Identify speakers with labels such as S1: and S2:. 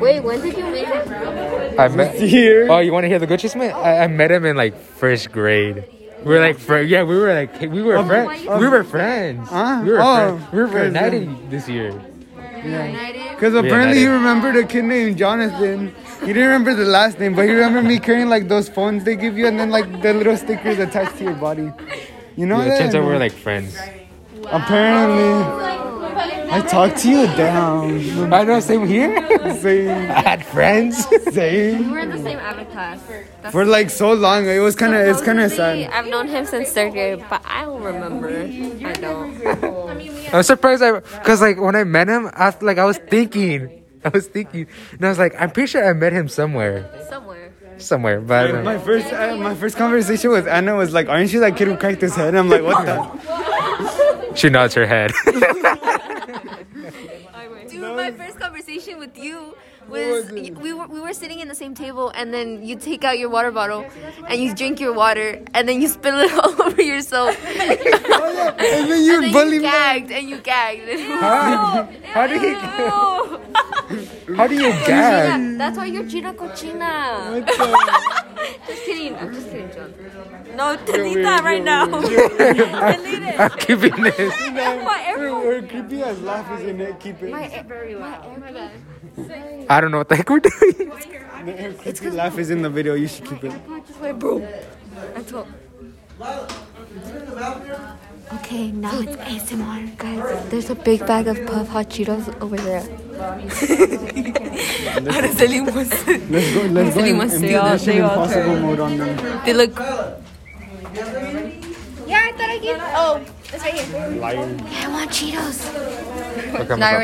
S1: Wait, when did you meet him?
S2: I met.
S3: Here.
S2: Oh, you want to hear the good man? I, I met him in like first grade. We were like, fr- yeah, we were like, we
S3: Oh,
S2: were friends. We were friends.
S3: Ah,
S2: We were
S3: oh,
S2: friends. We were
S3: okay, then.
S2: reunited this year.
S1: United.
S3: Because apparently he
S2: did.
S3: remembered a kid named Jonathan. He didn't remember the last name, but he remembered me carrying like those phones they give you and then like the little stickers attached to your body. You know
S2: Yeah,
S3: that?
S2: turns out we were like friends.
S3: apparently. I talked to you down.
S2: I know, same here.
S3: Same.
S2: I had friends.
S3: Same.
S1: We were in the same Avid class. That's
S3: For like so long, it was kind of it's kind of
S1: Supposedly,
S3: sad.
S1: I've known him since third grade, but I don't remember. I don't.
S2: I'm surprised I, cause like when I met him, I like I was thinking, I was thinking, and I was like, I'm pretty sure I met him somewhere,
S1: Somewhere.
S2: somewhere, but I don't
S3: My
S2: know.
S3: first uh, my first conversation with Anna was like, "Aren't you that kid who cracked his head?" And I'm like, "What the?"
S2: she nods her head.
S1: Dude, my first conversation with you was, we were we were sitting in the same table, and then you take out your water bottle, and you drink your water, and then you spill it all over yourself.
S3: And then you
S1: and then
S3: bully
S1: you
S3: me.
S1: gagged, and you gagged. And it was-
S2: How do you,
S1: Ew.
S2: how do you
S1: Oh,
S2: gag?
S1: Gina, that's why you're Gina Cochina.
S3: What the-
S1: Just kidding. I'm just kidding, John. No, delete that right now. delete it.
S2: I'm keeping this.
S3: We're, we're creepy as laugh is in it. Keep it.
S2: I don't know what the heck we're doing.
S3: The creepy laugh is in the video. You should keep it.
S1: That's all. Okay, now it's ASMR, guys. There's a big bag of puff hot Cheetos over there. Ahora salimos.
S3: Let's go. Let's go.
S1: Anthony
S3: and-
S1: must
S3: and
S1: say
S3: do
S1: all-
S3: Mission
S1: they all
S3: Impossible
S1: turn.
S3: mode on them.
S1: They look.
S4: Yeah, I thought I gave. Oh, it's right here.
S1: I want Cheetos.
S2: Look, I'm
S1: Now I
S2: about